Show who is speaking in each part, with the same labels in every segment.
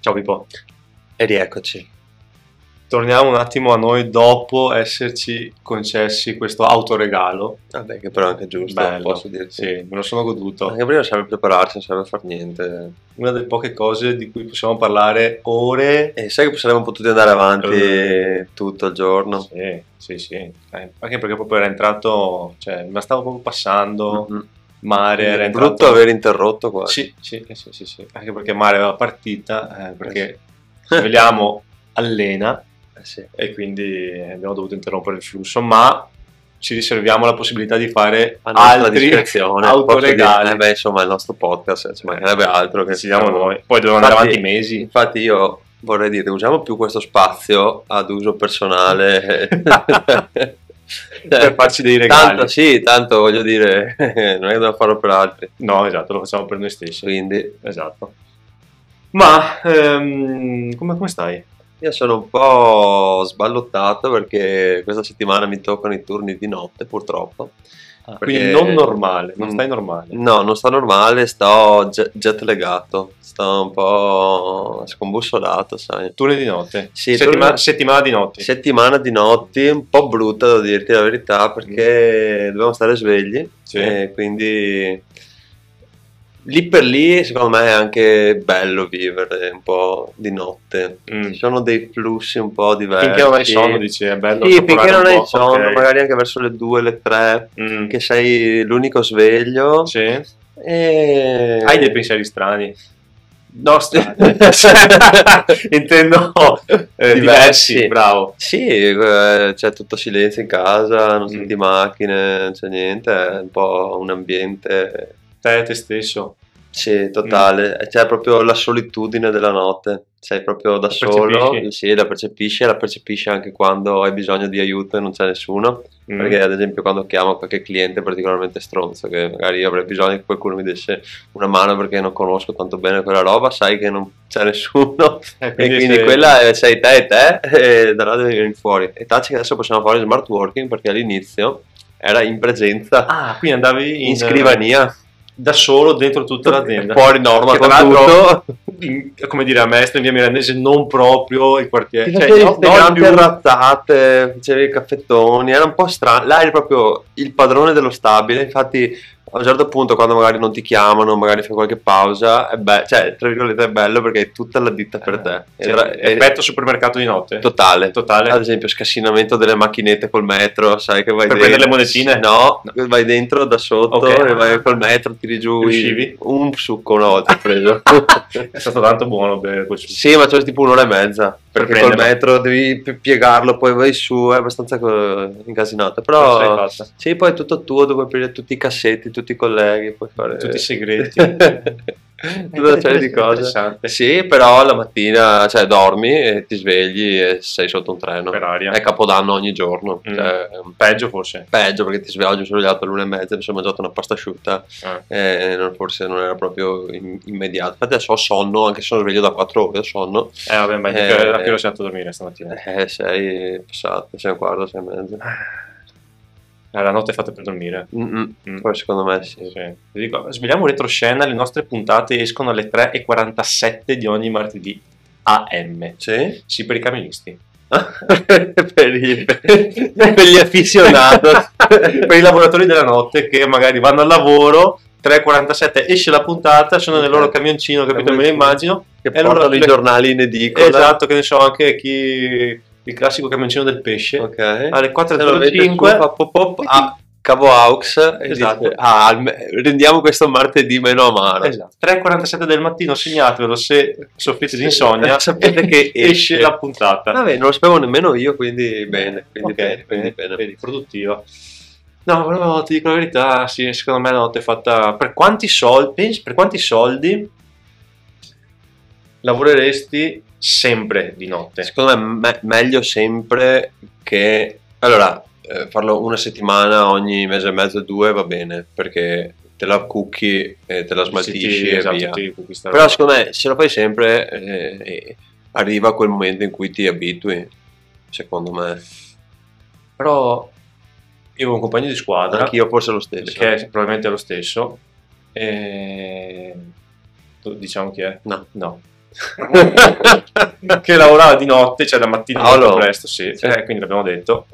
Speaker 1: Ciao Pippo.
Speaker 2: E rieccoci.
Speaker 1: Torniamo un attimo a noi dopo esserci concessi questo autoregalo.
Speaker 2: Vabbè, che però è anche giusto,
Speaker 1: Bello,
Speaker 2: posso dirti.
Speaker 1: Sì, me lo sono goduto.
Speaker 2: Anche prima serve prepararsi, non serve far niente.
Speaker 1: Una delle poche cose di cui possiamo parlare ore.
Speaker 2: E sai che saremmo potuti andare avanti
Speaker 1: Eh.
Speaker 2: tutto il giorno?
Speaker 1: Sì, sì, sì. Eh, Anche perché proprio era entrato, cioè, ma stavo proprio passando,
Speaker 2: Mhm.
Speaker 1: mare era
Speaker 2: È
Speaker 1: entrato.
Speaker 2: brutto aver interrotto qua.
Speaker 1: Sì, sì, eh, sì, sì, sì. Anche perché mare aveva partita, eh, perché svegliamo allena
Speaker 2: Eh sì.
Speaker 1: e quindi abbiamo dovuto interrompere il flusso, ma ci riserviamo la possibilità di fare
Speaker 2: A nostra
Speaker 1: altri
Speaker 2: discrezione. posso
Speaker 1: autoregali.
Speaker 2: dire. Eh beh, insomma, il nostro podcast, eh, ci mancherebbe altro che
Speaker 1: Decidiamo noi. Poi devono andare avanti mesi.
Speaker 2: Infatti io vorrei dire, usiamo più questo spazio ad uso personale.
Speaker 1: per farci dei regali.
Speaker 2: tanto sì, tanto voglio dire, non è che devo farlo per altri.
Speaker 1: No, esatto, lo facciamo per noi stessi.
Speaker 2: Quindi eh,
Speaker 1: Esatto. Ma ehm, come, come stai?
Speaker 2: io sono un po' sballottato perché questa settimana mi toccano i turni di notte purtroppo.
Speaker 1: Ah. Quindi
Speaker 2: Perché-
Speaker 1: non normale, non
Speaker 2: Mm.
Speaker 1: stai normale.
Speaker 2: No, non sto normale, sto ge- jet legato, sto un po' scombussolato, sai.
Speaker 1: Turni di notte.
Speaker 2: Sì,
Speaker 1: settimana,
Speaker 2: turni-
Speaker 1: settimana di notte.
Speaker 2: Settimana di notti un po' brutta, devo dirti la verità, perché dobbiamo stare svegli
Speaker 1: Mm. Sì.
Speaker 2: e quindi lì per lì secondo me è anche bello vivere un po' di notte.
Speaker 1: Mm.
Speaker 2: Ci sono dei flussi un po' diversi.
Speaker 1: Finché non hai sonno, dici è bello.
Speaker 2: Sì,
Speaker 1: assaporare
Speaker 2: finché
Speaker 1: un
Speaker 2: non
Speaker 1: po',
Speaker 2: hai sonno,
Speaker 1: ok.
Speaker 2: magari anche verso le 2, le 3,
Speaker 1: Mm.
Speaker 2: che sei l'unico sveglio.
Speaker 1: Sì.
Speaker 2: E...
Speaker 1: Hai dei pensieri strani.
Speaker 2: No,
Speaker 1: Intendo eh, diversi. bravo.
Speaker 2: Sì, eh, c'è tutto silenzio in casa, non
Speaker 1: Mm.
Speaker 2: senti macchine, non c'è niente, è un po' un ambiente,
Speaker 1: Te, te stesso.
Speaker 2: sì, totale,
Speaker 1: Mm.
Speaker 2: c'è proprio la solitudine della notte, sei proprio da solo,
Speaker 1: percepisci?
Speaker 2: sì, la percepisci e la percepisci anche quando hai bisogno di aiuto e non c'è nessuno,
Speaker 1: Mm.
Speaker 2: perché ad esempio quando chiamo qualche cliente particolarmente stronzo, che magari io avrei bisogno che qualcuno mi desse una mano perché non conosco tanto bene quella roba, sai che non c'è nessuno.
Speaker 1: Eh,
Speaker 2: E quindi
Speaker 1: se-
Speaker 2: quella è- sei eh? te e te, e da là devi venire fuori. E taci che adesso possiamo fare smart working perché all'inizio era in presenza,
Speaker 1: Ah, quindi andavi in,
Speaker 2: in scrivania,
Speaker 1: da solo dentro tutta l'azienda.
Speaker 2: fuori norma
Speaker 1: Che
Speaker 2: con
Speaker 1: tra
Speaker 2: tutto.
Speaker 1: in- come dire, a Mestre, in via Milanese, non proprio il quartiere. Cioè,
Speaker 2: Ti facevi
Speaker 1: no-
Speaker 2: queste
Speaker 1: non
Speaker 2: grandi
Speaker 1: più-
Speaker 2: arrazzate, facevi i caffettoni, era un po' strano. Là eri proprio il padrone dello stabile, infatti a un certo punto quando magari non ti chiamano, magari fai qualche pausa, è be- cioè, tra virgolette è bello perché hai tutta la ditta per te.
Speaker 1: Cioè,
Speaker 2: Era-
Speaker 1: effetto supermercato di notte.
Speaker 2: Totale,
Speaker 1: Totale.
Speaker 2: Ad esempio, scassinamento delle macchinette col metro, sai che vai
Speaker 1: Per
Speaker 2: dentro.
Speaker 1: prendere le monetine?
Speaker 2: No, vai dentro da sotto
Speaker 1: Ok.
Speaker 2: e vai col metro, tiri giù.
Speaker 1: Riuscivi?
Speaker 2: Un succo una volta ho preso.
Speaker 1: È stato tanto buono bere quel succo.
Speaker 2: sì, ma c'è tipo un'ora e mezza.
Speaker 1: Per
Speaker 2: Perché col
Speaker 1: prenderlo.
Speaker 2: metro devi pi- piegarlo, poi vai su, è abbastanza co- incasinato.
Speaker 1: Ce l'hai
Speaker 2: Però.
Speaker 1: fatta.
Speaker 2: Sì, poi è tutto tuo, devi aprire tutti i cassetti, tutti i colleghi, puoi fare
Speaker 1: Tutti i segreti.
Speaker 2: Tutta una serie di cose.
Speaker 1: Interessante.
Speaker 2: Sì, però la mattina, cioè, dormi e ti svegli e sei sotto un treno.
Speaker 1: Per aria.
Speaker 2: È capodanno ogni giorno.
Speaker 1: Mm.
Speaker 2: Cioè,
Speaker 1: Peggio forse.
Speaker 2: peggio perché ti sveglio, mi sono svegliato all'una e mezza, mi sono mangiato una pasta asciutta
Speaker 1: Ah.
Speaker 2: e non- forse non era proprio im- immediato. Infatti adesso ho sonno, anche se sono sveglio da 4 ore, ho sonno.
Speaker 1: Eh, vabbè, ma
Speaker 2: Eh,
Speaker 1: a che ora sei andato a dormire stamattina?
Speaker 2: Eh, sei passato, sei un quarto, sei e mezzo.
Speaker 1: Eh, la notte è fatta per dormire.
Speaker 2: Mm,
Speaker 1: Mm.
Speaker 2: mm. Poi secondo me sì.
Speaker 1: Sì. Ti dico, svegliamo retroscena, le nostre puntate escono alle 3.47 di ogni martedì AM.
Speaker 2: Sì?
Speaker 1: Sì, per i camionisti.
Speaker 2: per, i- per gli afficionati.
Speaker 1: per i lavoratori della notte che magari vanno al lavoro, 3.47 esce la puntata, sono nel loro camioncino, capito? Me lo immagino.
Speaker 2: Che
Speaker 1: E allora
Speaker 2: portano i
Speaker 1: le-
Speaker 2: giornali in edicola.
Speaker 1: Esatto, che ne so, anche chi... Il classico camioncino del pesce.
Speaker 2: Ok.
Speaker 1: Alle
Speaker 2: Se lo vede
Speaker 1: 4.05
Speaker 2: su, fa pop, pop, ah, a Cavo Aux e
Speaker 1: Esatto.
Speaker 2: dice, "Ah, alme- rendiamo questo martedì meno amaro.
Speaker 1: Esatto. 3.47 del mattino, segnatevelo se soffrite di insonnia.
Speaker 2: Sapete che
Speaker 1: esce
Speaker 2: esce.
Speaker 1: la puntata.
Speaker 2: Vabbè, non lo sapevo nemmeno io, quindi bene, quindi
Speaker 1: Ok,
Speaker 2: bene, quindi
Speaker 1: vedi,
Speaker 2: bene.
Speaker 1: vedi, produttiva. No, però ti dico la verità, sì, secondo me la notte è fatta... Per quanti soldi, pensi, per quanti soldi lavoreresti sempre di notte?
Speaker 2: Secondo me me- meglio sempre che... Allora, eh, farlo una settimana ogni mese e mezzo, due va bene, perché te la cucchi e te la smaltisci
Speaker 1: Sì, sì,
Speaker 2: e
Speaker 1: esatto,
Speaker 2: via.
Speaker 1: ti conquista-
Speaker 2: Però secondo me se lo fai sempre eh, eh, arriva quel momento in cui ti abitui, secondo me.
Speaker 1: Però io avevo un compagno di squadra
Speaker 2: Anch'io esatto. forse lo stesso.
Speaker 1: che è probabilmente lo stesso. E... Diciamo chi è?
Speaker 2: No.
Speaker 1: No. che lavorava di notte, cioè la mattina
Speaker 2: Paolo.
Speaker 1: molto presto, sì,
Speaker 2: Ah, Sì.
Speaker 1: Eh, quindi l'abbiamo detto.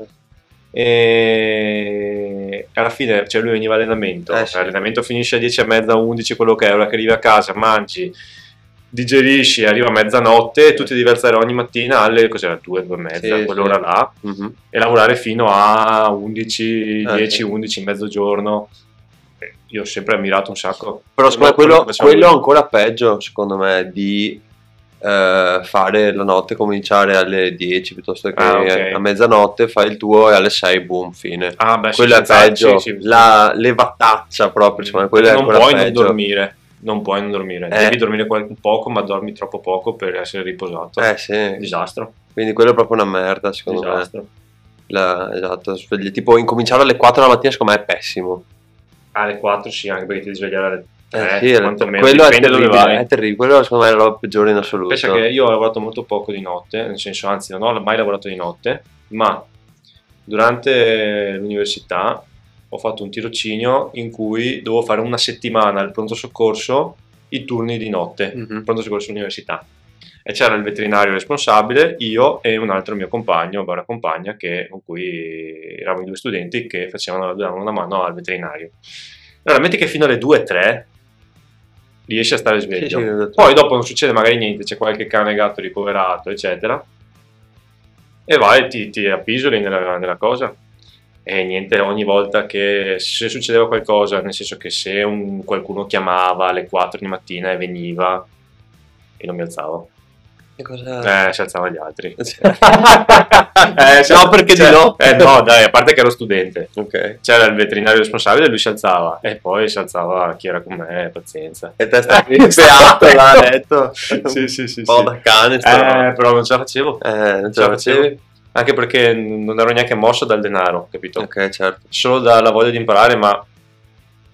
Speaker 1: E alla fine cioè lui veniva all'allenamento,
Speaker 2: Eh, sì.
Speaker 1: l'allenamento finisce a 10 e mezza, 11, quello che è, ora che arrivi a casa, mangi, digerisci, arriva a mezzanotte e tu ti devi alzare ogni mattina alle cos'era, 2, 2 e mezza,
Speaker 2: Sì,
Speaker 1: quell'ora
Speaker 2: sì.
Speaker 1: là
Speaker 2: Mhm.
Speaker 1: e lavorare fino a 11,
Speaker 2: Ah,
Speaker 1: 10,
Speaker 2: sì.
Speaker 1: 11, mezzogiorno. Eh, Io ho sempre ammirato un sacco.
Speaker 2: Però secondo me quello,
Speaker 1: che faceva
Speaker 2: quello è
Speaker 1: lui.
Speaker 2: ancora peggio, secondo me, di eh, fare la notte, cominciare alle 10 piuttosto che
Speaker 1: Ah, ok.
Speaker 2: a mezzanotte, fai il tuo e alle 6, boom, fine.
Speaker 1: Ah, beh, sì,
Speaker 2: Quello è
Speaker 1: senza-
Speaker 2: peggio,
Speaker 1: sì, sì, sì.
Speaker 2: la levataccia proprio, secondo me, quella Cioè, è
Speaker 1: non
Speaker 2: ancora
Speaker 1: puoi non
Speaker 2: peggio.
Speaker 1: dormire, non puoi non dormire.
Speaker 2: Eh.
Speaker 1: Devi dormire qual- poco, ma dormi troppo poco per essere riposato.
Speaker 2: Eh sì,
Speaker 1: Disastro,
Speaker 2: quindi quello è proprio una merda, secondo me.
Speaker 1: disastro.
Speaker 2: La- esatto, svegli- tipo incominciare alle 4 la mattina secondo me è pessimo.
Speaker 1: Alle 4 sì, anche perché ti devi svegliare alle
Speaker 2: Eh,
Speaker 1: 3,
Speaker 2: sì,
Speaker 1: quantomeno,
Speaker 2: quello è
Speaker 1: dipende dove
Speaker 2: terribile,
Speaker 1: vai.
Speaker 2: è terribile, quello secondo me è la roba peggiore in assoluto.
Speaker 1: Pensa che io ho lavorato molto poco di notte, nel senso, anzi, non ho mai lavorato di notte, ma durante l'università ho fatto un tirocinio in cui dovevo fare una settimana al pronto soccorso i turni di notte,
Speaker 2: Mhm.
Speaker 1: il pronto soccorso università. E c'era il veterinario responsabile, io e un altro mio compagno, barra compagna, che- con cui eravamo i due studenti che facevano, davano una mano al veterinario. Allora, metti che fino alle 2-3 riesci a stare sveglio.
Speaker 2: Sì, esatto. sì, ho detto-
Speaker 1: Poi dopo non succede magari niente, c'è qualche cane gatto ricoverato, eccetera. E vai, ti, ti appisoli nella, nella cosa. E niente, ogni volta che se succedeva qualcosa, nel senso che se un- qualcuno chiamava alle 4 di mattina e veniva, io non mi alzavo.
Speaker 2: Che cosa...
Speaker 1: Eh, si alzavano gli altri.
Speaker 2: eh,
Speaker 1: Eh,
Speaker 2: no, perché
Speaker 1: cioè-
Speaker 2: di no?
Speaker 1: Eh no, dai, a parte che ero studente.
Speaker 2: Ok.
Speaker 1: C'era il veterinario responsabile, lui si alzava. E poi si alzava chi era con me, pazienza.
Speaker 2: E te stai
Speaker 1: Eh,
Speaker 2: beato là a letto.
Speaker 1: Sì, sì, sì.
Speaker 2: Un po'
Speaker 1: sì.
Speaker 2: da cane. sta
Speaker 1: Eh, però non ce la facevo.
Speaker 2: roba. Eh, non ce
Speaker 1: Ce
Speaker 2: la
Speaker 1: la
Speaker 2: facevi?
Speaker 1: facevo. Anche perché non ero neanche mosso dal denaro, capito?
Speaker 2: Ok, certo.
Speaker 1: Solo dalla voglia di imparare, ma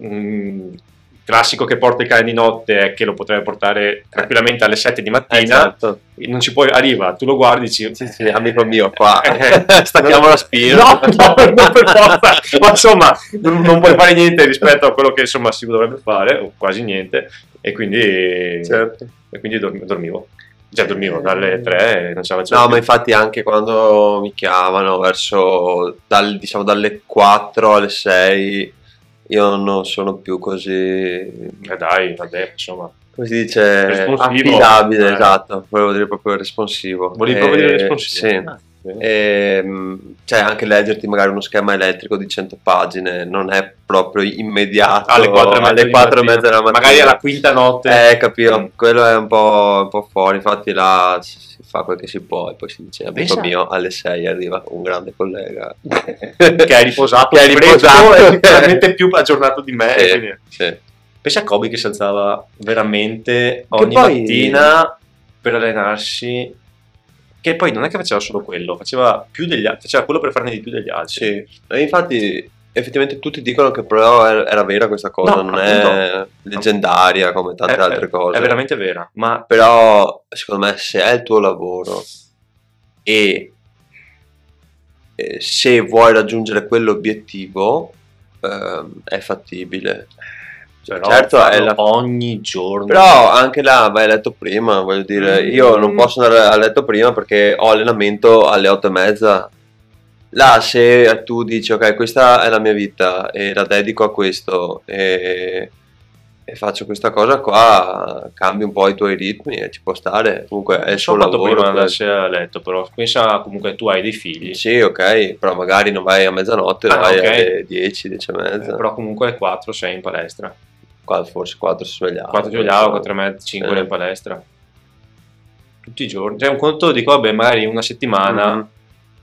Speaker 1: mm, il classico che porta il cane di notte è che lo potrebbe portare tranquillamente alle 7 di mattina.
Speaker 2: Eh, certo.
Speaker 1: Non ci puoi, arriva, tu lo guardi, dici,
Speaker 2: Sì, sì, amico mio, qua.
Speaker 1: Eh,
Speaker 2: Stacchiamo la spina.
Speaker 1: No, no, non per forza. Ma insomma, non, non puoi fare niente rispetto a quello che insomma si dovrebbe fare, o quasi niente, e quindi,
Speaker 2: Certo. Eh.
Speaker 1: e quindi dorm- dormivo. Cioè, dormivo dalle 3 e non ce la facevo
Speaker 2: No,
Speaker 1: più.
Speaker 2: ma infatti anche quando mi chiamano verso dal- diciamo, dalle 4 alle 6 io non sono più così
Speaker 1: Eh dai, vabbè, insomma.
Speaker 2: come si dice
Speaker 1: Responsivo.
Speaker 2: affidabile,
Speaker 1: Eh.
Speaker 2: esatto, volevo dire proprio responsivo.
Speaker 1: Volevi proprio
Speaker 2: Eh,
Speaker 1: dire responsivo?
Speaker 2: Sì.
Speaker 1: Ah,
Speaker 2: Eh,
Speaker 1: bene.
Speaker 2: Ehm, cioè anche leggerti magari uno schema elettrico di 100 pagine non è proprio immediato
Speaker 1: alle 4 e mezza,
Speaker 2: esatto, alle
Speaker 1: di
Speaker 2: quattro e
Speaker 1: mattina.
Speaker 2: mezza della mattina
Speaker 1: Magari alla quinta notte.
Speaker 2: eh capito
Speaker 1: Mm.
Speaker 2: quello è un po', un po' fuori infatti là si fa quel che si può e poi si dice amico
Speaker 1: Pensa-
Speaker 2: mio alle 6 arriva un grande collega
Speaker 1: Che hai riposato,
Speaker 2: Che hai
Speaker 1: fresco
Speaker 2: riposato. Eh.
Speaker 1: e sicuramente più aggiornato di me.
Speaker 2: Sì,
Speaker 1: quindi-
Speaker 2: sì.
Speaker 1: Pensa a Kobe che si alzava veramente ogni
Speaker 2: poi-
Speaker 1: mattina per allenarsi. Che poi non è che faceva solo quello, faceva più degli altri, faceva quello per farne di più degli altri.
Speaker 2: Sì, e infatti effettivamente tutti dicono che però era era vera questa cosa,
Speaker 1: No,
Speaker 2: non è leggendaria come tante
Speaker 1: È-
Speaker 2: altre
Speaker 1: è-
Speaker 2: cose.
Speaker 1: È veramente vera, ma
Speaker 2: Però secondo me se è il tuo lavoro e, e se vuoi raggiungere quell'obiettivo ehm, è fattibile.
Speaker 1: però
Speaker 2: certo, è
Speaker 1: cioè, farlo
Speaker 2: la-
Speaker 1: ogni giorno.
Speaker 2: Però anche là vai a letto prima, voglio dire, io non
Speaker 1: Mm.
Speaker 2: posso andare a letto prima perché ho allenamento alle otto e mezza. Là se tu dici ok questa è la mia vita e la dedico a questo e, e faccio questa cosa qua, cambi un po' i tuoi ritmi e ci può stare. Comunque è
Speaker 1: non
Speaker 2: il
Speaker 1: so
Speaker 2: suo
Speaker 1: quanto
Speaker 2: lavoro.
Speaker 1: prima
Speaker 2: quello.
Speaker 1: andarsi a letto, però pensa comunque tu hai dei figli,
Speaker 2: Sì ok, però magari non vai a mezzanotte,
Speaker 1: Ah,
Speaker 2: vai
Speaker 1: ok.
Speaker 2: alle 10, 10 e
Speaker 1: eh,
Speaker 2: mezza.
Speaker 1: però comunque alle 4 sei in palestra.
Speaker 2: Qua forse 4 si svegliava.
Speaker 1: 4 svegliavo, 4 e mezza, 5
Speaker 2: Ah, Eh.
Speaker 1: in palestra. Tutti i giorni. Cioè, un conto dico, vabbè, magari una settimana
Speaker 2: Mhm.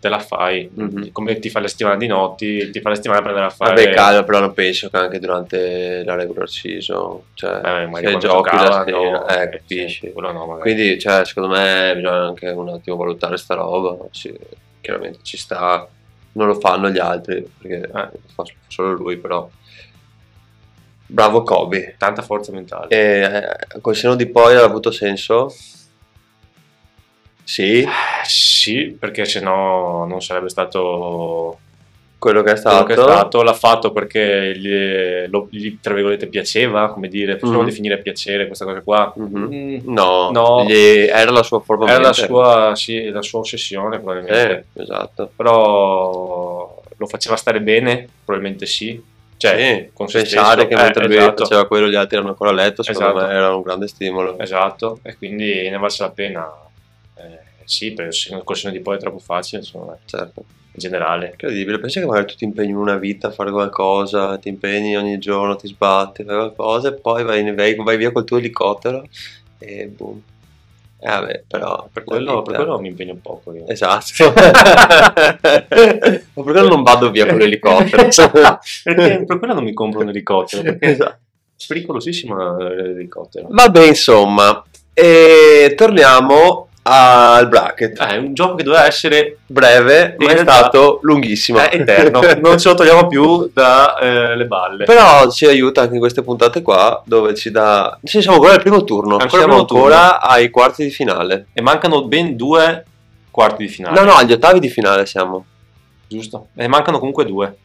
Speaker 1: te la fai.
Speaker 2: Mhm.
Speaker 1: Come ti fa la settimana di notti, ti fa la settimana per andare a fare.
Speaker 2: Vabbè, calma, però non penso che anche durante la regular season, cioè,
Speaker 1: Eh, magari
Speaker 2: se
Speaker 1: quando
Speaker 2: giochi la
Speaker 1: giocava,
Speaker 2: sera,
Speaker 1: no,
Speaker 2: eh,
Speaker 1: eh,
Speaker 2: capisci.
Speaker 1: sì, quello no, magari.
Speaker 2: Quindi, cioè, secondo me bisogna anche un attimo valutare sta roba, sì, chiaramente ci sta, non lo fanno gli altri, perché
Speaker 1: Eh.
Speaker 2: lo fa solo lui, però. Bravo Kobe.
Speaker 1: Tanta forza mentale.
Speaker 2: E, eh, col seno di poi ha avuto senso? Sì.
Speaker 1: Eh, sì, perché sennò non sarebbe stato
Speaker 2: quello che è
Speaker 1: quello
Speaker 2: stato.
Speaker 1: che è stato, l'ha fatto perché gli, lo- gli, tra virgolette piaceva, come dire, possiamo
Speaker 2: Mhm.
Speaker 1: definire piacere questa cosa qua.
Speaker 2: Mhm.
Speaker 1: Mm,
Speaker 2: No,
Speaker 1: No.
Speaker 2: gli- era la sua forma
Speaker 1: Era la
Speaker 2: mente.
Speaker 1: sua, sì, la sua ossessione probabilmente,
Speaker 2: Eh, esatto.
Speaker 1: però lo faceva stare bene, probabilmente sì, cioè
Speaker 2: Sì,
Speaker 1: con se
Speaker 2: pensare
Speaker 1: stesso,
Speaker 2: che
Speaker 1: eh,
Speaker 2: mentre lui
Speaker 1: esatto,
Speaker 2: faceva quello gli altri erano ancora a letto, secondo
Speaker 1: Esatto.
Speaker 2: me era un grande stimolo.
Speaker 1: esatto, e quindi ne valse la pena, eh, sì, per il corso di poi è troppo facile, insomma, in
Speaker 2: Certo.
Speaker 1: generale.
Speaker 2: Incredibile, pensi che magari tu ti impegni una vita a fare qualcosa, ti impegni ogni giorno, ti sbatti, fai qualcosa e poi vai, in- vai- vai via col tuo elicottero e boom. Eh vabbè, però...
Speaker 1: per
Speaker 2: la
Speaker 1: quello,
Speaker 2: vita-
Speaker 1: per quello mi impegno un poco io.
Speaker 2: Esatto. Ma per quello non vado via con l'elicottero. cioè.
Speaker 1: Esatto, perché per quello non mi compro un elicottero, perché
Speaker 2: Esatto.
Speaker 1: è pericolosissimo eh, l'elicottero.
Speaker 2: Vabbè, insomma, e torniamo al bracket.
Speaker 1: Ah, è un gioco che doveva essere
Speaker 2: Breve, ma
Speaker 1: In
Speaker 2: è
Speaker 1: realtà-
Speaker 2: stato lunghissimo.
Speaker 1: eh, Esatto. eterno, non ce lo togliamo più dalle balle.
Speaker 2: Però ci aiuta anche in queste puntate qua dove ci dà... Sì, siamo ancora al primo turno,
Speaker 1: Ancora
Speaker 2: siamo
Speaker 1: al primo
Speaker 2: ancora ai quarti di finale.
Speaker 1: E mancano ben due quarti di finale.
Speaker 2: No, no, agli ottavi di finale siamo.
Speaker 1: Giusto. E mancano comunque due.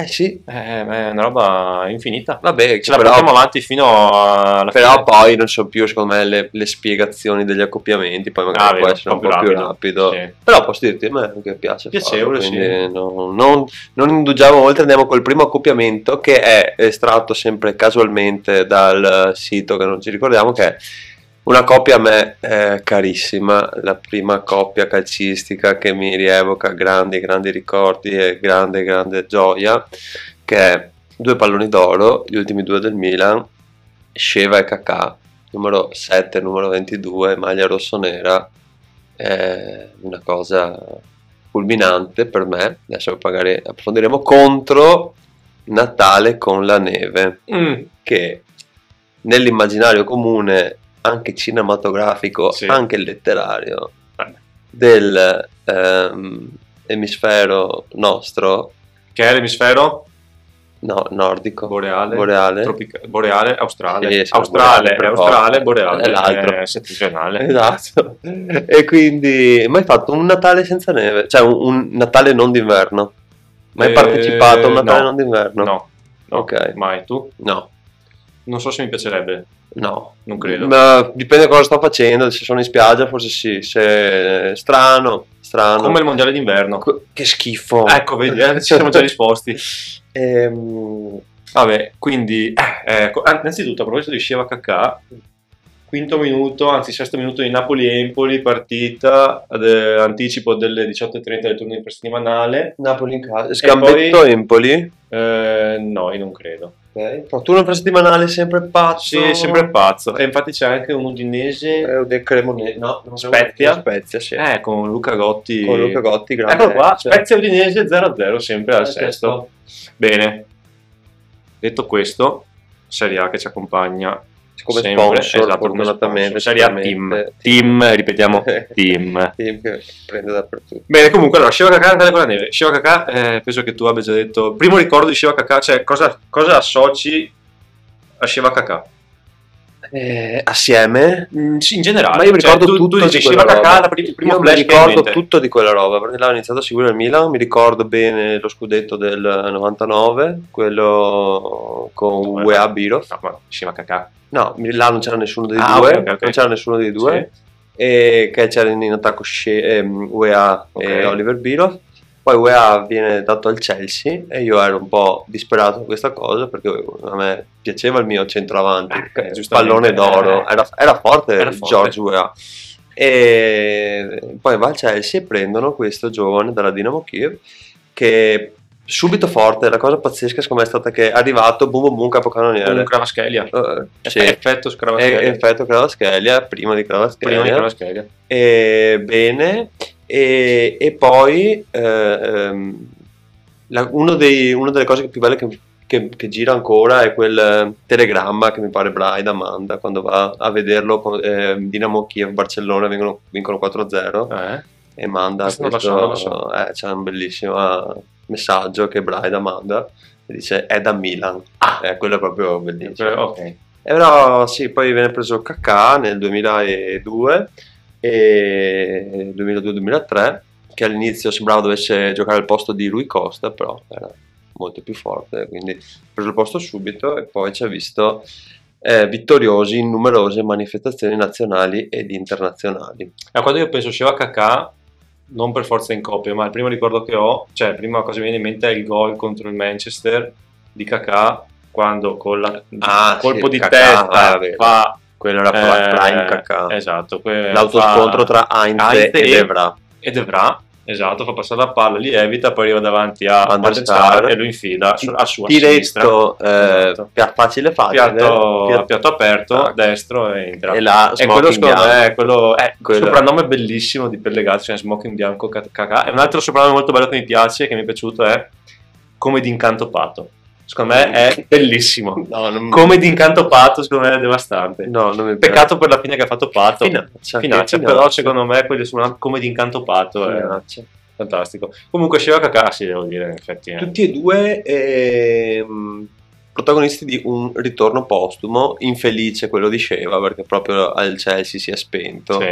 Speaker 2: Eh sì,
Speaker 1: Eh, è una roba infinita.
Speaker 2: vabbè,
Speaker 1: Ce la
Speaker 2: però,
Speaker 1: portiamo avanti fino alla
Speaker 2: però
Speaker 1: fine.
Speaker 2: poi non sono più secondo me le, le spiegazioni degli accoppiamenti, poi magari
Speaker 1: Ah,
Speaker 2: può
Speaker 1: vero,
Speaker 2: essere un po' più rapido.
Speaker 1: Sì.
Speaker 2: Però posso dirti, a me che piace
Speaker 1: Piacevole,
Speaker 2: farlo, quindi non, non, non indugiamo oltre, andiamo col primo accoppiamento che è estratto sempre casualmente dal sito che non ci ricordiamo, che è una coppia a me eh, carissima, la prima coppia calcistica che mi rievoca grandi, grandi ricordi e grande, grande gioia, che è due palloni d'oro, gli ultimi due del Milan, Sceva e Kakà, numero 7, numero 22, maglia rosso-nera, è una cosa fulminante per me, adesso magari approfondiremo, contro Natale con la neve
Speaker 1: Mm,
Speaker 2: che nell'immaginario comune, anche cinematografico,
Speaker 1: Sì.
Speaker 2: anche letterario,
Speaker 1: Eh.
Speaker 2: del ehm, emisfero nostro,
Speaker 1: Che è l'emisfero
Speaker 2: no, nordico,
Speaker 1: boreale.
Speaker 2: boreale.
Speaker 1: tropica- boreale, australe,
Speaker 2: Sì, sì,
Speaker 1: australe,
Speaker 2: boreale,
Speaker 1: australe,
Speaker 2: per
Speaker 1: boreale,
Speaker 2: forza. È l'altro.
Speaker 1: eh, settimanale.
Speaker 2: Esatto, e quindi mi hai fatto un Natale senza neve, cioè un, un Natale non d'inverno. Ma hai
Speaker 1: Eh,
Speaker 2: partecipato a un Natale
Speaker 1: no.
Speaker 2: non d'inverno?
Speaker 1: No, no,
Speaker 2: Ok.
Speaker 1: mai tu?
Speaker 2: no,
Speaker 1: Non so se mi piacerebbe,
Speaker 2: no.
Speaker 1: non credo.
Speaker 2: Ma dipende cosa sto facendo. Se sono in spiaggia, forse sì. Se strano, strano.
Speaker 1: Come il mondiale d'inverno.
Speaker 2: Co- Che schifo.
Speaker 1: Ecco, vedi, eh, ci siamo già risposti.
Speaker 2: Ehm,
Speaker 1: Vabbè, quindi, eh, ecco, ah, innanzitutto a proposito di Sheva Kakà, quinto minuto, anzi sesto minuto di Napoli-Empoli, partita, ad- eh, anticipo delle 18.30 del turno infrasettimanale.
Speaker 2: Napoli in casa. Scambetto
Speaker 1: poi-
Speaker 2: Empoli.
Speaker 1: Eh, no, io non credo.
Speaker 2: Ok. Turno infrasettimanale sempre
Speaker 1: Sì,
Speaker 2: pazzo.
Speaker 1: è sempre pazzo. E infatti c'è anche un Udinese,
Speaker 2: Eh, del Cremonese. No, non
Speaker 1: Spezia.
Speaker 2: Spezia, sì.
Speaker 1: eh, con Luca Gotti.
Speaker 2: Con Luca Gotti, grande.
Speaker 1: Eccolo Ecco qua, Ecco
Speaker 2: Cioè,
Speaker 1: Spezia Udinese 0-0, sempre al
Speaker 2: al
Speaker 1: sesto. Bene. Detto questo, Serie A che ci accompagna
Speaker 2: Come
Speaker 1: sempre,
Speaker 2: sponsor,
Speaker 1: esatto, come
Speaker 2: fortunatamente.
Speaker 1: sponsor. Serie A team.
Speaker 2: sicuramente.
Speaker 1: Team, ripetiamo, team.
Speaker 2: Team che prende dappertutto.
Speaker 1: Bene, comunque, allora, Shiva Kakà Natale con la neve. Shiva Kakà, eh, penso che tu abbia già detto... Primo ricordo di Shiva Kakà, cioè cosa, cosa associ a Shiva Kakà?
Speaker 2: Eh, assieme
Speaker 1: Mm, sì, in generale.
Speaker 2: Ma io mi
Speaker 1: Cioè,
Speaker 2: ricordo
Speaker 1: tu- tu
Speaker 2: tutto
Speaker 1: dici
Speaker 2: di
Speaker 1: Shiva
Speaker 2: quella
Speaker 1: Kakà,
Speaker 2: roba.
Speaker 1: la pri- il primo
Speaker 2: Io mi
Speaker 1: flash che hai in
Speaker 2: ricordo
Speaker 1: mente.
Speaker 2: tutto di quella roba perché là ho iniziato a seguire il Milan. Mi ricordo bene lo scudetto del 99, quello con
Speaker 1: Dove?
Speaker 2: UEA Biro.
Speaker 1: No, ma Shiva Kakà.
Speaker 2: No, mi- là non c'era nessuno dei
Speaker 1: Ah,
Speaker 2: due.
Speaker 1: ok, ok, ok.
Speaker 2: Non c'era nessuno dei due. E che c'era in in attacco Sce- ehm, UEA e
Speaker 1: Ok.
Speaker 2: Oliver Biro. Poi UEA viene dato al Chelsea e io ero un po' disperato con questa cosa perché a me piaceva il mio centroavanti,
Speaker 1: Eh,
Speaker 2: il
Speaker 1: giustamente.
Speaker 2: pallone d'oro,
Speaker 1: Eh.
Speaker 2: era, era forte
Speaker 1: Era
Speaker 2: il
Speaker 1: forte.
Speaker 2: George UEA. E poi va al Chelsea e prendono questo giovane dalla Dinamo Kiev che subito forte, la cosa pazzesca secondo me è stata che è arrivato boom boom boom
Speaker 1: Con
Speaker 2: capocannoniere.
Speaker 1: un Cravaschelia.
Speaker 2: Eh, sì.
Speaker 1: Effetto Cravaschelia.
Speaker 2: E- effetto Cravaschelia, prima di Cravaschelia.
Speaker 1: Prima di Cravaschelia.
Speaker 2: Eh, bene, e, e poi eh, ehm, la- uno dei- una delle cose più belle che, che- che gira ancora è quel eh, telegramma che mi pare Braida manda quando va a vederlo con eh, Dinamo Kiev, Barcellona, vincono, vincono 4-0
Speaker 1: Eh?
Speaker 2: e manda
Speaker 1: Questo
Speaker 2: questo,
Speaker 1: non lo so, non lo so.
Speaker 2: eh, c'è un bellissimo ah, messaggio che Braida manda e dice è da Milan, Eh, quello è proprio bellissimo.
Speaker 1: Ah. Eh, Ok.
Speaker 2: E Eh, però sì, poi viene preso Kakà nel 2002 e 2002-2003 che all'inizio sembrava dovesse giocare al posto di lui Costa, però era molto più forte, quindi ha preso il posto subito e poi ci ha visto eh, vittoriosi in numerose manifestazioni nazionali ed internazionali.
Speaker 1: Ma quando io penso Sheva Kakà, non per forza in coppia, ma il primo ricordo che ho, cioè la prima cosa che mi viene in mente è il gol contro il Manchester di Kakà quando con la,
Speaker 2: Ah,
Speaker 1: colpo
Speaker 2: sì,
Speaker 1: di
Speaker 2: Kakà,
Speaker 1: testa
Speaker 2: ah, vero.
Speaker 1: fa
Speaker 2: Quello era proprio
Speaker 1: eh,
Speaker 2: prime Kakà.
Speaker 1: Esatto, que- fa-
Speaker 2: L'autoscontro tra Heinz,
Speaker 1: Heinz
Speaker 2: e
Speaker 1: e-
Speaker 2: Evra.
Speaker 1: ed Evra, esatto, fa passare la palla, li evita, poi arriva davanti a
Speaker 2: Van der
Speaker 1: Van der
Speaker 2: Sar.
Speaker 1: Sar e lui infila su- a sua sinistra.
Speaker 2: Diretto, eh,
Speaker 1: Esatto.
Speaker 2: pia- facile facile.
Speaker 1: Piatto,
Speaker 2: pia-
Speaker 1: piatto aperto,
Speaker 2: Ah.
Speaker 1: destro e entra.
Speaker 2: E la
Speaker 1: E quello
Speaker 2: smoking
Speaker 1: secondo me è quello, è
Speaker 2: Quello-
Speaker 1: un soprannome bellissimo di Pellegato, cioè Smoking Bianco Ca- Cacà. E un altro soprannome molto bello che mi piace, che mi è piaciuto, è Come d'incanto Pato. Secondo me è bellissimo.
Speaker 2: No, non,
Speaker 1: Come d'incanto Pato, secondo me è devastante.
Speaker 2: Mm. no, non mi piace.
Speaker 1: Peccato per la fine che ha fatto Pato.
Speaker 2: Finaccia,
Speaker 1: Finaccia,
Speaker 2: che
Speaker 1: però secondo me quello su Come d'incanto Pato è
Speaker 2: Finaccia.
Speaker 1: fantastico. Comunque Sheva Cacà, sì, devo dire, in effetti. eh.
Speaker 2: Tutti e due ehm, protagonisti di un ritorno postumo, infelice quello di Sheva perché proprio al Chelsea si è spento.
Speaker 1: Sì.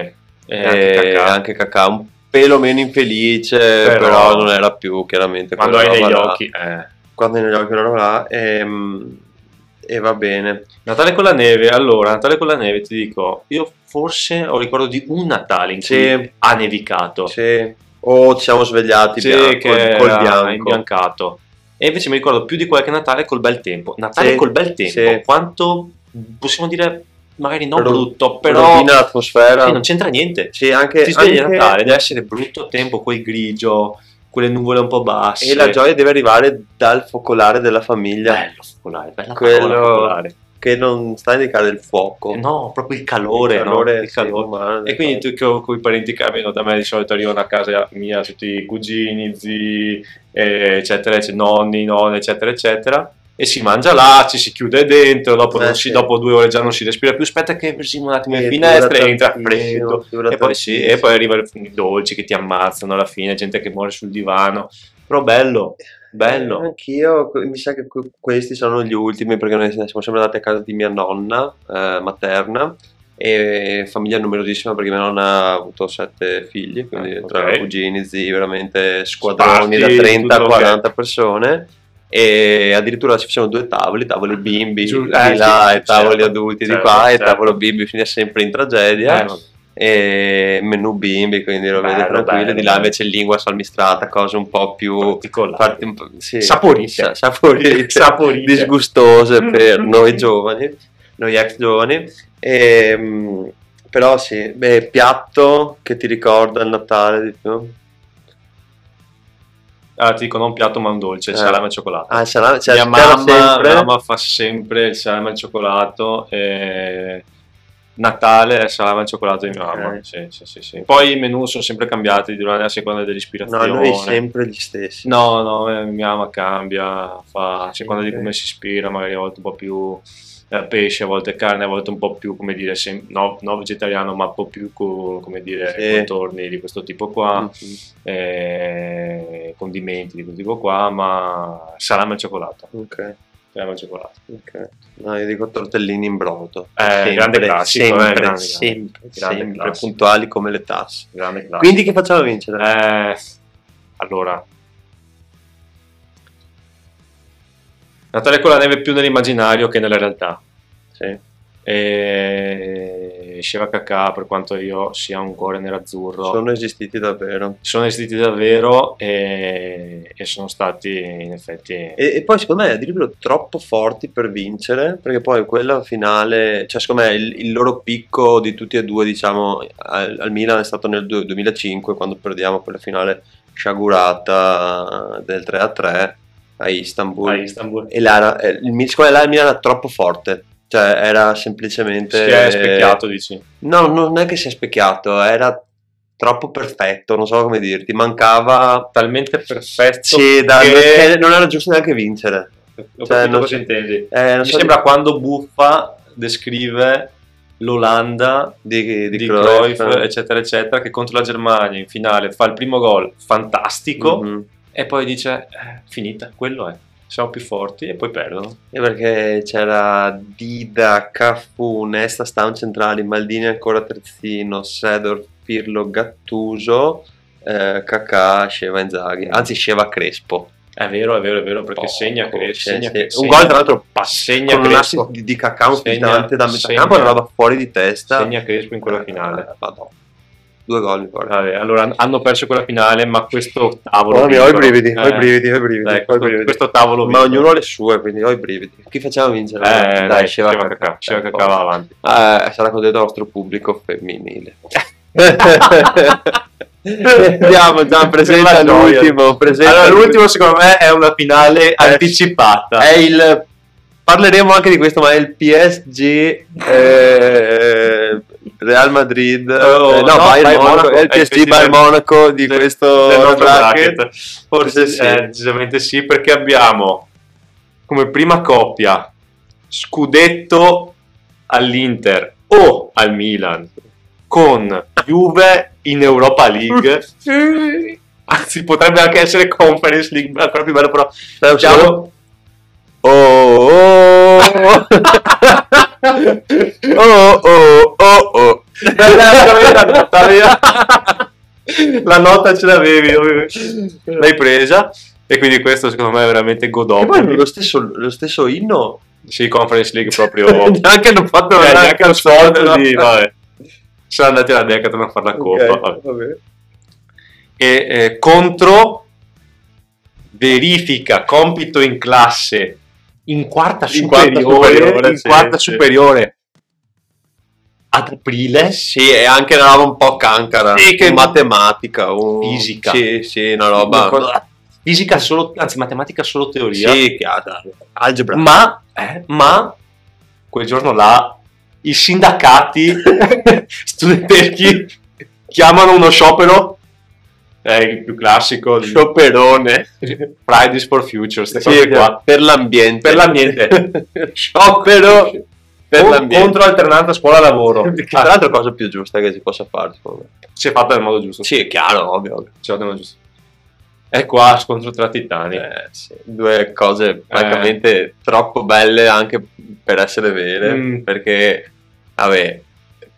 Speaker 1: E
Speaker 2: E
Speaker 1: anche Cacà.
Speaker 2: anche Kakà, un pelo meno infelice, però,
Speaker 1: Però-
Speaker 2: non era più chiaramente
Speaker 1: Quando hai
Speaker 2: quella
Speaker 1: negli
Speaker 2: roba là.
Speaker 1: occhi... eh.
Speaker 2: Quando hai negli occhi quella roba là, ehm, e va bene.
Speaker 1: Natale con la neve, allora, Natale con la neve ti dico, io forse ho ricordo di un Natale in cui
Speaker 2: Sì.
Speaker 1: ha nevicato,
Speaker 2: Sì. O ci siamo svegliati
Speaker 1: Sì,
Speaker 2: bianco-
Speaker 1: che
Speaker 2: col
Speaker 1: era
Speaker 2: bianco.
Speaker 1: imbiancato. E invece mi ricordo più di qualche Natale col bel tempo. Natale
Speaker 2: Sì,
Speaker 1: col bel tempo,
Speaker 2: sì.
Speaker 1: quanto possiamo dire, magari non
Speaker 2: Ro-
Speaker 1: brutto, però
Speaker 2: Rovina l'atmosfera.
Speaker 1: sì, non c'entra niente.
Speaker 2: Sì, anche,
Speaker 1: Ti svegli a
Speaker 2: anche-
Speaker 1: Natale, deve essere brutto tempo, quel grigio, quelle nuvole un po' basse.
Speaker 2: E la gioia deve arrivare dal focolare della famiglia,
Speaker 1: Bello focolare, bella
Speaker 2: Quello-
Speaker 1: parola, focolare.
Speaker 2: che non sta a indicare il fuoco.
Speaker 1: No, proprio il calore,
Speaker 2: il
Speaker 1: no?
Speaker 2: calore,
Speaker 1: Il
Speaker 2: sì,
Speaker 1: calore.
Speaker 2: umano,
Speaker 1: E quindi tu che ho con i parenti che abitano da me di solito arrivano a casa mia tutti i cugini, zii, eh, eccetera, ecc- nonni, nonne, eccetera, eccetera. E si mangia là, ci si chiude dentro, dopo,
Speaker 2: Eh,
Speaker 1: non si-
Speaker 2: sì.
Speaker 1: dopo due ore già non si respira più, aspetta che versiamo un attimo le
Speaker 2: Sì,
Speaker 1: finestre
Speaker 2: dura
Speaker 1: e entra
Speaker 2: tantissimo,
Speaker 1: freddo.
Speaker 2: dura
Speaker 1: E poi, sì,
Speaker 2: tantissimo.
Speaker 1: e poi arrivano i dolci che ti ammazzano alla fine, gente che muore sul divano. Però bello, bello.
Speaker 2: Eh, Anch'io, que- mi sa che que- questi sono gli ultimi perché noi siamo sempre andati a casa di mia nonna eh, materna e famiglia numerosissima perché mia nonna ha avuto sette figli, quindi
Speaker 1: Ah, ok.
Speaker 2: tra cugini, zii, veramente squadroni
Speaker 1: Sparsi,
Speaker 2: da 30 a
Speaker 1: tutto,
Speaker 2: 40 persone e addirittura ci facevano due tavoli, tavoli bimbi
Speaker 1: Giù-
Speaker 2: di
Speaker 1: eh,
Speaker 2: là
Speaker 1: sì,
Speaker 2: e tavoli
Speaker 1: certo,
Speaker 2: adulti di
Speaker 1: certo,
Speaker 2: qua e
Speaker 1: certo.
Speaker 2: tavolo bimbi finiva sempre in tragedia
Speaker 1: Eh, vabbè.
Speaker 2: e menù bimbi quindi lo vedi
Speaker 1: Bello,
Speaker 2: tranquillo
Speaker 1: bello,
Speaker 2: di là
Speaker 1: bello.
Speaker 2: invece lingua salmistrata cose un po' più
Speaker 1: Particolare.
Speaker 2: Parti un po', sì,
Speaker 1: Saporite.
Speaker 2: sa- saporite,
Speaker 1: Saporite.
Speaker 2: disgustose per noi giovani, noi ex giovani. E, mh, però sì, beh, piatto che ti ricorda il Natale di più?
Speaker 1: Ah, ti dico non un piatto ma un dolce,
Speaker 2: Eh.
Speaker 1: salame e cioccolato.
Speaker 2: Ah, il salame, cioè,
Speaker 1: mia
Speaker 2: c'era
Speaker 1: mamma,
Speaker 2: sempre
Speaker 1: mia mamma fa sempre il salame al cioccolato e Natale è salame al cioccolato di mia
Speaker 2: Ok.
Speaker 1: mamma. Sì, sì, sì, sì. Poi i menù sono sempre cambiati durante a seconda
Speaker 2: No,
Speaker 1: dell'ispirazione.
Speaker 2: noi sempre gli stessi.
Speaker 1: No, no, eh, mia mamma cambia, fa a seconda di
Speaker 2: Ok.
Speaker 1: come si ispira, magari a volte un po' più eh, pesce, a volte carne, a volte un po' più, come dire, sem- no, no vegetariano, ma un po' più, co- come dire,
Speaker 2: Sì.
Speaker 1: contorni di questo tipo qua
Speaker 2: Mhm.
Speaker 1: eh, condimenti di questo tipo qua, ma salame al cioccolato.
Speaker 2: Ok,
Speaker 1: Salame al cioccolato.
Speaker 2: ok. No, io dico tortellini in brodo.
Speaker 1: Eh, grande classico, eh,
Speaker 2: sempre,
Speaker 1: grande,
Speaker 2: sempre,
Speaker 1: grande
Speaker 2: sempre,
Speaker 1: classico.
Speaker 2: puntuali come le tasse.
Speaker 1: Grande classico.
Speaker 2: Quindi che facciamo vincere?
Speaker 1: Eh, allora. Natale con la neve più nell'immaginario che nella realtà.
Speaker 2: Sì.
Speaker 1: E Sheva Kakà, per quanto io sia un cuore nerazzurro, sono,
Speaker 2: Sono esistiti davvero.
Speaker 1: esistiti davvero e, e sono stati in effetti...
Speaker 2: E, e poi secondo me addirittura troppo forti per vincere, perché poi quella finale, cioè secondo me il, il loro picco di tutti e due, diciamo, al, al Milan è stato nel du- 2005 quando perdiamo quella finale sciagurata del 3-3 a Istanbul.
Speaker 1: a Istanbul.
Speaker 2: E là era- eh, il, Mi- secondo me là il Milan era troppo forte, cioè era
Speaker 1: Si
Speaker 2: semplicemente...
Speaker 1: è specchiato, dici?
Speaker 2: No, non è che si è specchiato, era troppo perfetto, non so come dirti, mancava...
Speaker 1: Talmente perfetto
Speaker 2: Sì, da-
Speaker 1: che-
Speaker 2: non era giusto neanche vincere.
Speaker 1: Ho
Speaker 2: Cioè,
Speaker 1: capito
Speaker 2: non-
Speaker 1: cosa intendi.
Speaker 2: Eh, non
Speaker 1: Mi
Speaker 2: so
Speaker 1: sembra quando Buffa descrive l'Olanda
Speaker 2: di, di,
Speaker 1: di,
Speaker 2: di
Speaker 1: Cruyff, eh,
Speaker 2: Cruyff,
Speaker 1: eccetera, eccetera, che contro la Germania in finale fa il primo gol fantastico
Speaker 2: Mhm.
Speaker 1: e poi dice "Eh, finita, quello è, siamo più forti e poi perdono.
Speaker 2: E perché c'era Dida, Cafu, Nesta, Staun centrali, Maldini ancora terzino, Sedor, Pirlo, Gattuso, eh, eh, Kakà sceva Inzaghi, anzi sceva Crespo.
Speaker 1: È vero, è vero, è vero, perché
Speaker 2: Porco,
Speaker 1: segna Crespo.
Speaker 2: cioè,
Speaker 1: segna
Speaker 2: se-
Speaker 1: Crespo,
Speaker 2: un
Speaker 1: segna-
Speaker 2: gol tra l'altro
Speaker 1: segna
Speaker 2: con un
Speaker 1: Crespo.
Speaker 2: assist di, di Kakà un
Speaker 1: Segna-
Speaker 2: filtrante da metà
Speaker 1: segna-
Speaker 2: campo, una roba fuori di testa.
Speaker 1: Segna Crespo in quella finale.
Speaker 2: Eh, Madonna. Due gol mi pare.
Speaker 1: Vabbè, allora han- hanno perso quella finale, ma questo ottavo.
Speaker 2: Madonna
Speaker 1: lo
Speaker 2: mia, ho i
Speaker 1: vincono.
Speaker 2: brividi, ho i
Speaker 1: Eh,
Speaker 2: brividi, ho i brividi,
Speaker 1: dai,
Speaker 2: ho i
Speaker 1: questo,
Speaker 2: brividi.
Speaker 1: questo tavolo
Speaker 2: Ma
Speaker 1: vincono.
Speaker 2: ognuno ha le sue, quindi ho i brividi. Chi facciamo vincere?
Speaker 1: eh, dai,
Speaker 2: sceva
Speaker 1: sceva Cacà, sceva Cacà va avanti.
Speaker 2: Eh, sarà contento il nostro pubblico femminile. Andiamo,
Speaker 1: Andiamo
Speaker 2: Gian, presenta l'ultimo. Presenta
Speaker 1: allora,
Speaker 2: l'ultimo.
Speaker 1: l'ultimo secondo me è una
Speaker 2: Eh,
Speaker 1: finale anticipata.
Speaker 2: È il... Parleremo anche di questo, ma è il PSG eh, Real Madrid.
Speaker 1: Oh,
Speaker 2: eh, no,
Speaker 1: no,
Speaker 2: Bayern
Speaker 1: Bayern eh,
Speaker 2: Monaco. È il PSG Bayern Monaco di
Speaker 1: del-
Speaker 2: questo
Speaker 1: del nostro
Speaker 2: bracket.
Speaker 1: bracket. Forse
Speaker 2: Sì,
Speaker 1: sì,
Speaker 2: sì.
Speaker 1: eh, decisamente sì, perché abbiamo come prima coppia Scudetto all'Inter o al Milan con Juve in Europa League. Anzi, potrebbe anche essere Conference League, ma ancora più bello però.
Speaker 2: Dai, un
Speaker 1: Diciamo-
Speaker 2: secondo. Oh, oh, oh, oh, oh, oh.
Speaker 1: Dai, dai, la nota, via. La nota ce l'avevi, l'hai presa e quindi questo secondo me è veramente
Speaker 2: Che poi
Speaker 1: godobile.
Speaker 2: lo stesso, lo stesso inno
Speaker 1: Sì, Conference League proprio...
Speaker 2: neanche hanno fatto
Speaker 1: Eh,
Speaker 2: una
Speaker 1: neanche lo sport di... Vabbè. Sono andati alla Decathlon a fare la
Speaker 2: Ok,
Speaker 1: coppa. vabbè.
Speaker 2: vabbè.
Speaker 1: E eh, contro verifica, compito in classe, in quarta
Speaker 2: In quarta
Speaker 1: superiore, in
Speaker 2: superiore, sì,
Speaker 1: quarta
Speaker 2: sì.
Speaker 1: superiore ad aprile.
Speaker 2: Sì, è anche una roba un po' cancara.
Speaker 1: Sì, che-
Speaker 2: Matematica, un-
Speaker 1: Fisica.
Speaker 2: Sì, sì, una
Speaker 1: Una
Speaker 2: roba.
Speaker 1: cosa- Fisica solo, anzi matematica solo teoria.
Speaker 2: Sì, chiara. Algebra.
Speaker 1: ma, eh, ma quel giorno là i sindacati studenteschi chiamano uno sciopero è il più classico di-
Speaker 2: scioperone.
Speaker 1: Fridays for Future queste
Speaker 2: Sì,
Speaker 1: cose qua
Speaker 2: per l'ambiente.
Speaker 1: Per l'ambiente.
Speaker 2: Sciopero per
Speaker 1: Con-
Speaker 2: l'ambiente.
Speaker 1: contro alternanza scuola-lavoro
Speaker 2: Che tra l'altro è la cosa più giusta che si possa fare, secondo me.
Speaker 1: si è fatta nel modo giusto
Speaker 2: Sì, è chiaro, ovvio. ovvio.
Speaker 1: si è fatta nel modo giusto è qua scontro tra titani
Speaker 2: Eh, sì, Due cose francamente troppo belle anche per essere vere,
Speaker 1: Eh. Mm.
Speaker 2: perché, vabbè,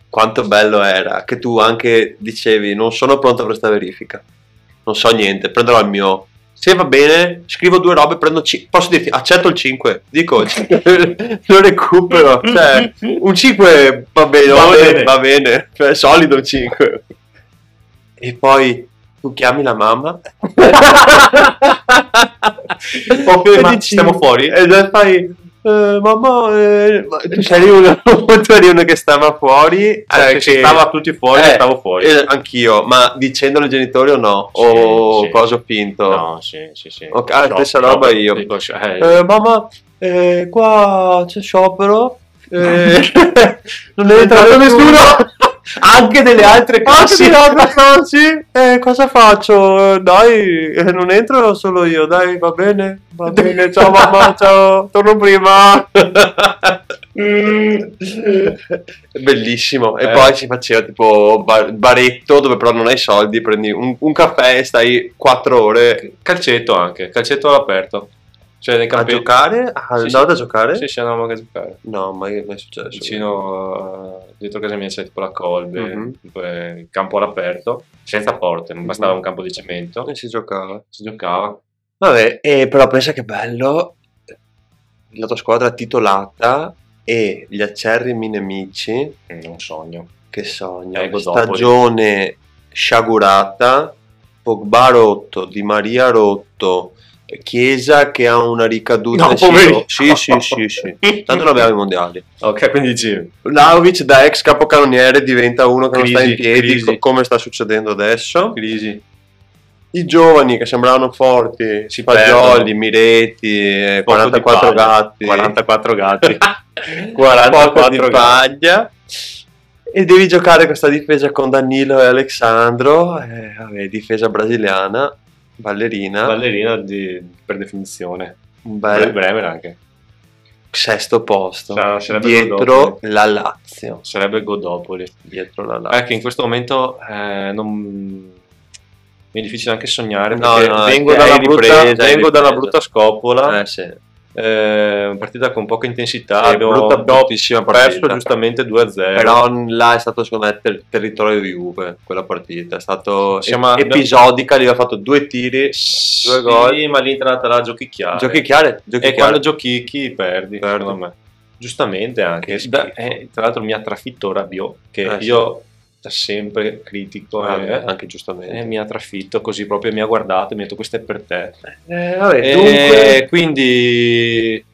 Speaker 2: quanto bello era che tu anche dicevi non sono pronto per questa verifica, non so niente, prenderò il mio... Se va bene, scrivo due robe, prendo ci- posso dirti, accetto il 5, dico, lo recupero, cioè, un 5 va bene,
Speaker 1: Va
Speaker 2: va bene,
Speaker 1: bene.
Speaker 2: va bene, cioè, solido un 5. E poi tu chiami la mamma
Speaker 1: Ok, ma stiamo fuori?
Speaker 2: E già fai, eh, mamma, eh, ma tu c'eri uno, tu eri uno che stava fuori.
Speaker 1: Cioè,
Speaker 2: eh,
Speaker 1: se
Speaker 2: che-
Speaker 1: stava tutti fuori
Speaker 2: Eh,
Speaker 1: stavo fuori
Speaker 2: eh, anch'io, ma dicendolo ai genitori o no?
Speaker 1: Sì,
Speaker 2: o
Speaker 1: sì.
Speaker 2: cosa ho finto?
Speaker 1: no sì sì sì
Speaker 2: Ok, ah,
Speaker 1: Sciopero,
Speaker 2: stessa roba io.
Speaker 1: dico, cioè,
Speaker 2: Eh, mamma, eh, qua c'è sciopero. eh, non è entrato nessuno.
Speaker 1: Anche delle altre classi.
Speaker 2: Anche di altre classi. Eh, cosa faccio? Eh, Dai, eh, non entro solo io. Dai, va bene. Va bene. Ciao mamma, ciao. Torno prima.
Speaker 1: Mm.
Speaker 2: Bellissimo. E
Speaker 1: Eh.
Speaker 2: poi si faceva tipo bar- baretto dove però non hai soldi, prendi un, un caffè e stai 4 ore
Speaker 1: Calcetto anche, calcetto all'aperto. Cioè nei
Speaker 2: a
Speaker 1: campi...
Speaker 2: giocare. Ah,
Speaker 1: Sì, sì.
Speaker 2: andavate a giocare?
Speaker 1: Sì, sì, andavamo anche a giocare.
Speaker 2: No, mai, mai successo.
Speaker 1: Vicino, eh, dietro casa mia c'è tipo la colbe,
Speaker 2: Mhm.
Speaker 1: tipo, eh, il campo all'aperto, senza porte, non bastava
Speaker 2: Mhm.
Speaker 1: un campo di cemento,
Speaker 2: Come si giocava?
Speaker 1: si giocava.
Speaker 2: Vabbè, eh, però pensa che bello la tua squadra titolata e gli acerrimi nemici,
Speaker 1: Mm, Un sogno.
Speaker 2: che sogno,
Speaker 1: Eh, Godopoli.
Speaker 2: stagione sciagurata, Pogba rotto, Di Maria rotto, Chiesa che ha una ricaduta
Speaker 1: No,
Speaker 2: in sito-
Speaker 1: poverino.
Speaker 2: Sì, sì, sì, sì. Tanto non abbiamo i mondiali.
Speaker 1: Ok, quindi dici,
Speaker 2: Vlaovic da ex capocannoniere diventa uno che non sta in
Speaker 1: Crisi,
Speaker 2: piedi,
Speaker 1: crisi.
Speaker 2: co- come sta succedendo adesso.
Speaker 1: crisi.
Speaker 2: I giovani che sembravano forti,
Speaker 1: Si
Speaker 2: Fagioli,
Speaker 1: perdono.
Speaker 2: Miretti, eh,
Speaker 1: Poco di
Speaker 2: 44
Speaker 1: paglia.
Speaker 2: gatti,
Speaker 1: 44 gatti.
Speaker 2: 44 di
Speaker 1: 44
Speaker 2: paglia. E devi giocare questa difesa con Danilo e Alexandro, eh, vabbè, difesa brasiliana, ballerina,
Speaker 1: Ballerina di- per definizione.
Speaker 2: un
Speaker 1: Bre-
Speaker 2: bel
Speaker 1: Bremer anche.
Speaker 2: sesto posto,
Speaker 1: Sa- sarebbe
Speaker 2: dietro
Speaker 1: Godopoli.
Speaker 2: la Lazio,
Speaker 1: Sarebbe Godopoli.
Speaker 2: dietro la Lazio.
Speaker 1: È che in questo momento eh, non... mi è difficile anche sognare
Speaker 2: No,
Speaker 1: perché
Speaker 2: no,
Speaker 1: vengo,
Speaker 2: hai
Speaker 1: da una
Speaker 2: ripresa,
Speaker 1: brutta,
Speaker 2: hai
Speaker 1: vengo da una
Speaker 2: ripresa.
Speaker 1: brutta scopola
Speaker 2: Eh, sì.
Speaker 1: eh, partita con poca intensità,
Speaker 2: Sì,
Speaker 1: abbiamo
Speaker 2: Ah, brutta,
Speaker 1: abbiamo
Speaker 2: bruttissima
Speaker 1: perso
Speaker 2: partita.
Speaker 1: giustamente 2-0.
Speaker 2: Però là è stato secondo me ter- territorio di Juve quella partita, è stato
Speaker 1: Siamo-
Speaker 2: e- episodica, lì ha fatto due tiri,
Speaker 1: sì,
Speaker 2: due gol.
Speaker 1: ma l'Inter la giochi chiaro.
Speaker 2: giochi chiari, giochi
Speaker 1: e
Speaker 2: chiari.
Speaker 1: quando giochi chi perdi,
Speaker 2: Perdi.
Speaker 1: secondo me. Giustamente anche.
Speaker 2: Che
Speaker 1: Da-
Speaker 2: schifo.
Speaker 1: eh, tra l'altro mi ha trafitto Rabiot, che
Speaker 2: Eh, sì.
Speaker 1: io da sempre critico
Speaker 2: Ah,
Speaker 1: eh,
Speaker 2: anche giustamente.
Speaker 1: eh, mi ha trafitto così proprio, mi ha guardato e mi ha detto questo è per te.
Speaker 2: Eh, vabbè,
Speaker 1: E
Speaker 2: dunque,
Speaker 1: quindi,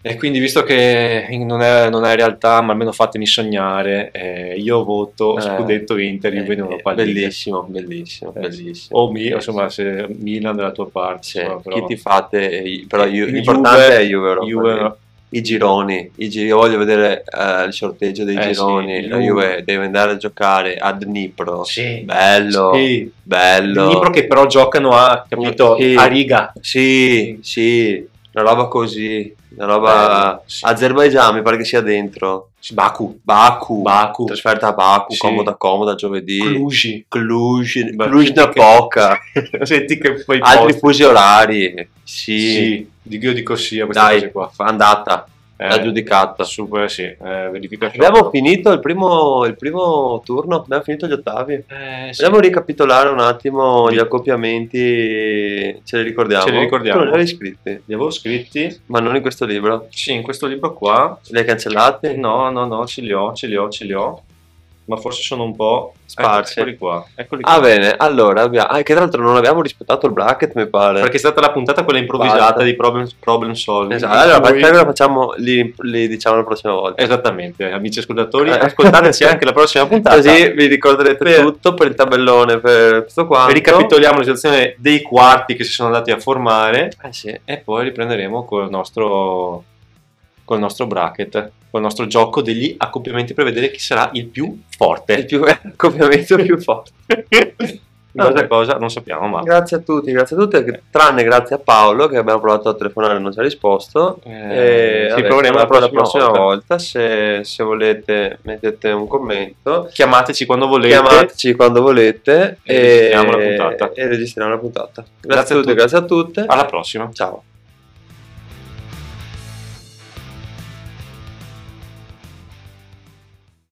Speaker 1: e quindi, visto che non è, non è realtà, ma almeno fatemi sognare, eh, io voto
Speaker 2: Eh,
Speaker 1: scudetto Inter, Juve in
Speaker 2: eh,
Speaker 1: Europa League.
Speaker 2: bellissimo, bellissimo,
Speaker 1: Eh,
Speaker 2: bellissimo.
Speaker 1: O mi, insomma, se Milan dalla tua parte.
Speaker 2: Sì,
Speaker 1: insomma, però-
Speaker 2: chi ti fate, eh, però Ju-
Speaker 1: Juve-
Speaker 2: l'importante è Juve, Europa
Speaker 1: Juve-
Speaker 2: League. i gironi, i gi- io voglio vedere eh, il sorteggio dei
Speaker 1: Eh,
Speaker 2: gironi,
Speaker 1: sì,
Speaker 2: la
Speaker 1: Juve.
Speaker 2: Juve deve andare a giocare a Dnipro,
Speaker 1: Sì.
Speaker 2: bello,
Speaker 1: Sì.
Speaker 2: bello,
Speaker 1: Dnipro che però giocano a, capito,
Speaker 2: Sì.
Speaker 1: a riga.
Speaker 2: sì, sì, una roba così, una roba...
Speaker 1: Bello, Eh, sì.
Speaker 2: Azerbaijan mi pare che sia dentro,
Speaker 1: Baku,
Speaker 2: Baku,
Speaker 1: Baku,
Speaker 2: trasferta a Baku,
Speaker 1: Sì.
Speaker 2: comoda comoda giovedì,
Speaker 1: Cluj.
Speaker 2: Cluj,
Speaker 1: Beh,
Speaker 2: Cluj
Speaker 1: senti che-
Speaker 2: Napoca,
Speaker 1: Senti che poi
Speaker 2: altri
Speaker 1: posti-
Speaker 2: fusi orari, sì,
Speaker 1: Sì, dico- io dico sì a queste
Speaker 2: dai,
Speaker 1: cose qua.
Speaker 2: andata,
Speaker 1: Eh,
Speaker 2: la giudicata.
Speaker 1: Super, sì, eh, verifica
Speaker 2: Abbiamo
Speaker 1: solo.
Speaker 2: finito il primo, il primo turno, abbiamo finito gli ottavi.
Speaker 1: Eh, sì.
Speaker 2: Vogliamo ricapitolare un attimo
Speaker 1: Sì.
Speaker 2: gli accoppiamenti, ce li ricordiamo?
Speaker 1: Ce li ricordiamo.
Speaker 2: Tu non li avevi scritti,
Speaker 1: Li avevo scritti,
Speaker 2: ma non in questo libro.
Speaker 1: sì, in questo libro qua.
Speaker 2: Li hai cancellati?
Speaker 1: No, no, no, ce li ho, ce li ho, ce li ho. Ma forse sono un po'
Speaker 2: Ecco, Sparsi.
Speaker 1: Eccoli qua, eccoli qua.
Speaker 2: Ah bene, allora, abbiamo... ah, che tra l'altro non abbiamo rispettato il bracket mi pare.
Speaker 1: Perché è stata la puntata quella improvvisata
Speaker 2: Basta.
Speaker 1: di problem, problem solving.
Speaker 2: Esatto,
Speaker 1: in
Speaker 2: allora
Speaker 1: cui-
Speaker 2: perché la facciamo, li, li diciamo la prossima volta.
Speaker 1: Esattamente, amici ascoltatori,
Speaker 2: Eh.
Speaker 1: ascoltateci anche la prossima puntata.
Speaker 2: Così vi ricorderete
Speaker 1: Per-
Speaker 2: tutto per il tabellone, per tutto quanto.
Speaker 1: Ricapitoliamo la situazione dei quarti che si sono andati a formare
Speaker 2: Eh sì.
Speaker 1: e poi riprenderemo col nostro, col nostro bracket, col nostro gioco degli accoppiamenti per vedere chi sarà il più forte.
Speaker 2: Il più, accoppiamento più forte.
Speaker 1: Cosa cosa non sappiamo, ma
Speaker 2: Grazie a tutti, grazie a tutti, che- tranne grazie a Paolo che abbiamo provato a telefonare e non ci ha risposto.
Speaker 1: Eh,
Speaker 2: E
Speaker 1: ci
Speaker 2: vabbè,
Speaker 1: proveremo
Speaker 2: la
Speaker 1: la
Speaker 2: prossima,
Speaker 1: prossima
Speaker 2: volta.
Speaker 1: volta.
Speaker 2: Se, se volete mettete un commento,
Speaker 1: chiamateci quando volete.
Speaker 2: chiamateci quando volete
Speaker 1: E registriamo la puntata.
Speaker 2: e registriamo la puntata. Grazie,
Speaker 1: Grazie
Speaker 2: a
Speaker 1: a
Speaker 2: tutti,
Speaker 1: tutti.
Speaker 2: grazie a tutte.
Speaker 1: Alla prossima.
Speaker 2: Ciao.